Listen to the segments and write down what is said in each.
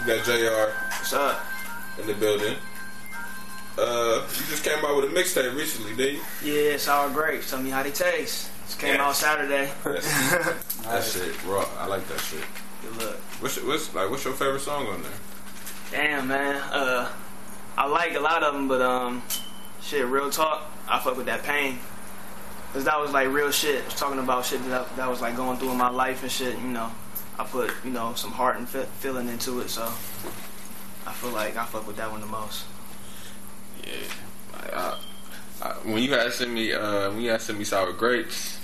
You got JR What's up? in the building. Uh, you just came out with a mixtape recently, didn't you? Yeah, sour grapes. Tell me how they taste. Just came Yeah. out Saturday. That's, that shit raw. I like that shit. Good look. What's your, what's like? What's your favorite song on there? Damn, man. Uh, I like a lot of them, but um, shit, real talk. I fuck with that pain. Cause that was like real shit. I was talking about shit that I, that was like going through in my life and shit. You know, I put you know some heart and fe- feeling into it, so I feel like I fuck with that one the most. Yeah. I, I, I, when you guys send me, uh, when you guys send me sour grapes,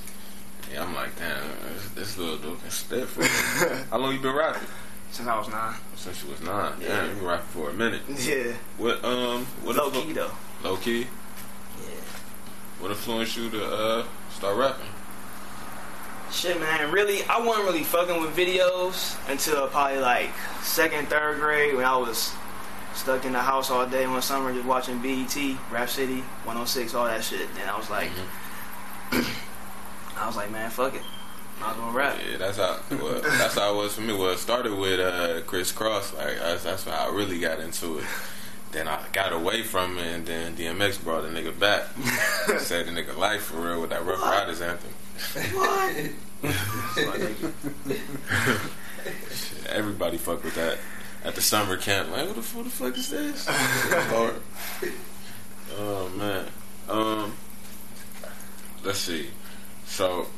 yeah, I'm like, damn, this, this little dude can spit. For real. How long you been rapping? Since I was nine. Since you was nine. Yeah. Damn, you been rapping for a minute. Yeah. What um, what Low key though. Low key. Yeah. What influenced you to uh start rapping? Shit, man. Really, I wasn't really fucking with videos until probably like second, third grade when I was stuck in the house all day one summer just watching BET, Rap City, 106, all that shit. And I was like, Mm-hmm. I was like, man, fuck it. Might as well rap. Yeah, that's how well, that's how it was for me. Well, it started with uh, Chris Cross. Like that's, that's how I really got into it. Then I got away from it, and then DMX brought the nigga back. Saved the nigga life for real with that Rough Riders anthem. So I think- Shit, Everybody fuck with that at the summer camp. Like, what the, who the fuck is this? Lord. Oh man. Um, let's see. So,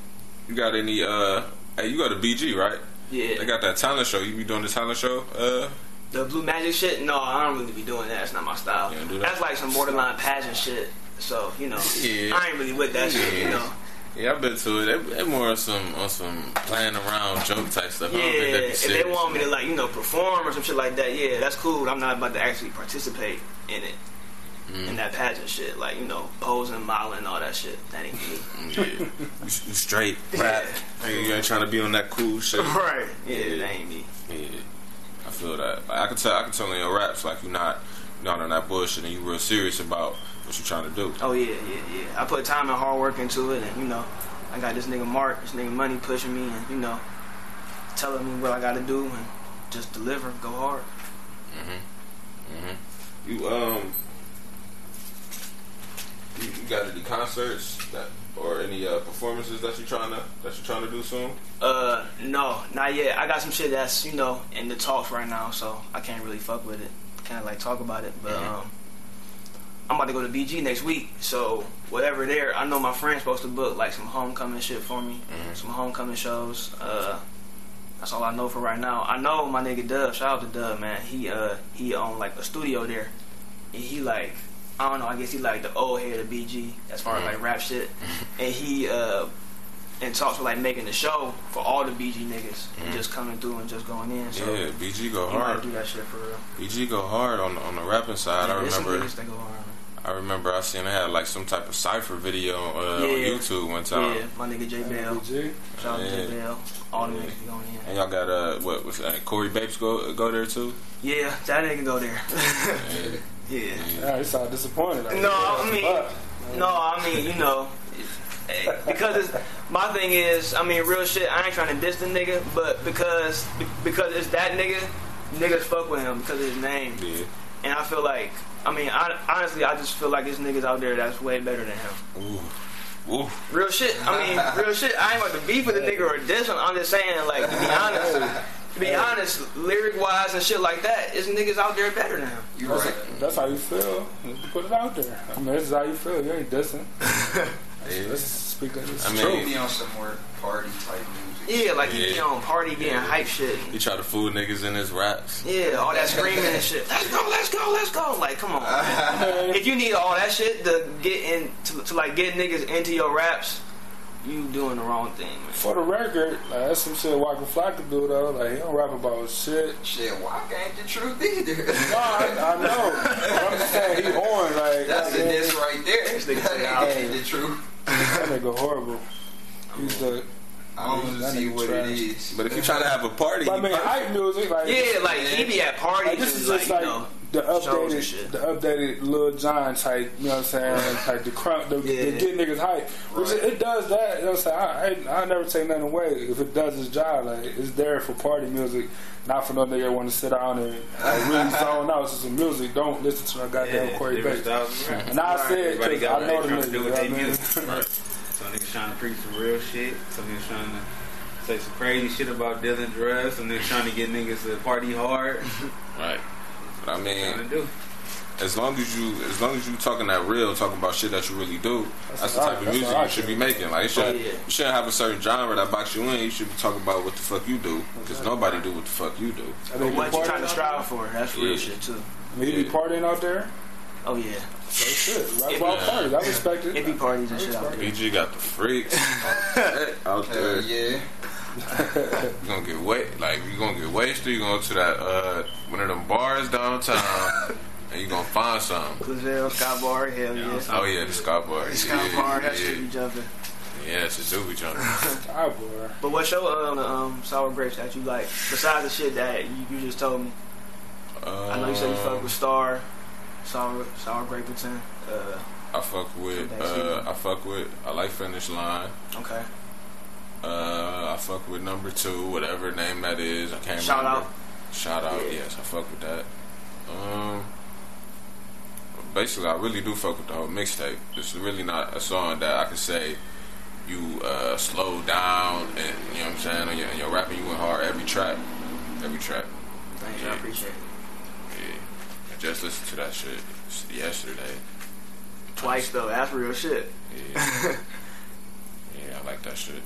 you got any? Uh, hey, you got a BG right? They yeah. got that talent show. You be doing the talent show? Uh, The Blue Magic shit? No, I don't really be doing that. It's not my style. You don't do that? That's like some borderline pageant shit. So, you know, Yeah. I ain't really with that shit, you Yeah. know. yeah, I've been to it. They, they more on some on some playing around joke type stuff. I Yeah, don't think they be if serious. they want me to like you know perform or some shit like that, yeah, that's cool. I'm not about to actually participate in it, Mm. in that pageant shit, like you know posing, modeling, all that shit. That ain't me. Yeah. you, you straight rap. Nigga, You ain't trying to be on that cool shit. right? Yeah, that ain't me. Yeah, I feel that. Like, I can tell. I can tell in your raps like you're not not on that bullshit and you real serious about what you're trying to do. Oh yeah, yeah, yeah. I put time and hard work into it, and you know, I got this nigga Mark, this nigga Money pushing me, and you know, telling me what I got to do, and just deliver, go hard. You um, you, you got any concerts that or any uh, performances that you're trying to that you're trying to do soon? Uh, no, not yet. I got some shit that's you know in the talks right now, so I can't really fuck with it. Can't like talk about it, but Mhm. um, I'm about to go to BG next week, so whatever there, I know my friend's supposed to book like some homecoming shit for me, Mm. some homecoming shows. Uh, that's all I know for right now. I know my nigga Dub. Shout out to Dub, man. He uh he owned like a studio there, and he like I don't know. I guess he like the old head of BG as far Mm. as like rap shit, and he uh and talks with like making the show for all the BG niggas and just coming through and just going in. So Mm. Yeah, BG go you might hard. do that shit for real. BG go hard on on the rapping side. I There's some remember. niggas that go hard. I remember I seen they had like some type of cipher video uh, on Yeah. YouTube one time. yeah, my nigga J Bell. Shout out to J Yeah. Bell. All the Yeah. niggas be going in. And y'all got uh what was uh, Corey Bapes go go there too? Yeah, that nigga go there. yeah. Yeah, you sound disappointed. Like, No, I mean- fuck. No, I mean, you know, eh, because it's, my thing is, I mean, real shit. I ain't trying to diss the nigga, but because because it's that nigga, niggas fuck with him because of his name. Yeah. And I feel like, I mean, I, honestly, I just feel like there's niggas out there that's way better than him. Ooh. Ooh. Real shit. I mean, real shit. I ain't about to beef with a nigga or diss him. I'm just saying, like, to be honest, to be honest, lyric wise and shit like that, it's niggas out there better than him. You're That's, right. that's how you feel. You put it out there. I mean, this is how you feel. You ain't dissing. Yeah. Let's speak of this. I mean- Should be on some more party type music. Yeah, like you Yeah. be on party getting hype shit. He try to fool niggas in his raps. Yeah, all that screaming and shit. Let's go, let's go, let's go. Like, come on. man. if you need all that shit to get in to, to like get niggas into your raps, you doing the wrong thing, man. for the record, like, that's some shit Waka Flocka do though. Like he don't rap about shit. Shit, why ain't the truth either? No, I, I know. But I'm just saying he on like That's a like, diss right there. This nigga said, That ain't the truth. That nigga horrible. He's the. I don't That see nigga what trash. it is. But if you try to have a party, I mean, you- hype music like Yeah, like he be at parties Like, this and is like, just you like know, the Shows and updated shit. the updated Lil John type, you know what I'm saying? Like the crump the, Yeah. the get niggas hype. Which Right. it, it does that, you know what I'm saying? I, I I never take nothing away if it does its job. Like it's there for party music, not for no nigga wanna sit down and like, really zone out. It's just some music. Don't listen to no goddamn Yeah, Corey different Bates. styles, right. And I said, Everybody cause got I know what the they trying niggas. to You do know with what I their mean? music. Some niggas trying to preach some real shit. Some niggas trying to say some crazy shit about dealing drugs. Some niggas trying to get niggas to party hard. Right. But I Trying to mean, do. as long as you as long as you talking that real, talking about shit that you really do, that's, the what I- type of that's music what I you should be feel. making. Like, it should, yeah. you shouldn't have a certain genre that box you in. You should be talking about what the fuck you do, because nobody do what the fuck you do. I But think what he you partying trying to out strive for? That's real Yeah. shit too. there? He be Yeah. partying out there? Oh yeah, Oh shit. Rap about parties. I respect it. it be parties and shit out there. BG got the freaks out Hell there. yeah. You gonna get wet, like you gonna get wasted. You gonna go to that uh, one of them bars downtown, and you gonna find something. Clazel, Sky Bar, hell yeah. Oh yeah, the Scott Bar. Sky yeah, Bar, that shit yeah, be jumping. yeah, it's a doobie jumper. Ah, boy. But what's your uh, on the um, sour grapes that you like? Besides the shit that you, you just told me, I know you said you fuck with Star, Sour Sour Graperton. Uh, I fuck with. Uh, I fuck with. I like finish line. okay, Uh, I fuck with number two, whatever name that is. I can't shout remember. out. Shout out, Yeah. yes, I fuck with that. Um, basically, I really do fuck with the whole mixtape. It's really not a song that I can say you uh, slow down and you know what I'm saying. And your, and your rapping, you went hard every track, every track. Thanks, I appreciate it. Yeah, I just listened to that shit s- yesterday. Twice though, that's real shit. Yeah, yeah, I like that shit.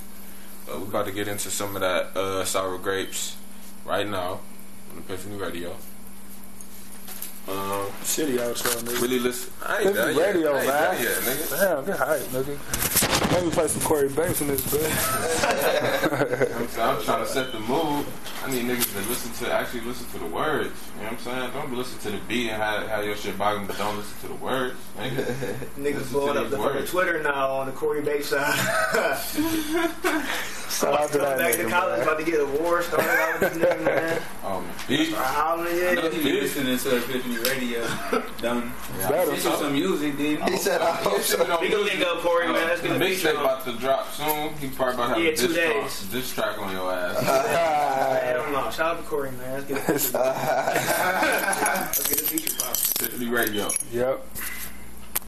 But we about to get into some of that uh, sour grapes right now on Epiphany Radio. Um. Shitty outro, nigga. Really listen. I ain't This is done yet. radio, I ain't man. done yet, nigga. Damn, get hype, nigga. Let me play some Corey Banks in this bitch. I'm, trying- I'm trying to set the mood. I need niggas to listen to actually listen to the words. You know what I'm saying? Don't listen to the beat and how, how your shit bogging, but don't listen to the words, nigga. Niggas Listen blowing to up these the fucking words. Twitter now on the Corey Bates side. Shout out to Coming that back to nigga, college, man. about to get a war started out with this nigga, man. Oh my beat. Or howling, I know yeah. he be listening to Epiphany Radio. Done. Better. Listen to some music, then. He said, I hope so. We can link up, Corey, man. Let's the get a beat mixtape on. about to drop soon. He probably about to have Yeah, a two diss days. track, diss track on your ass. Hell no. Shout out to Corey, man. Let's get a Epiphany Radio. Yep.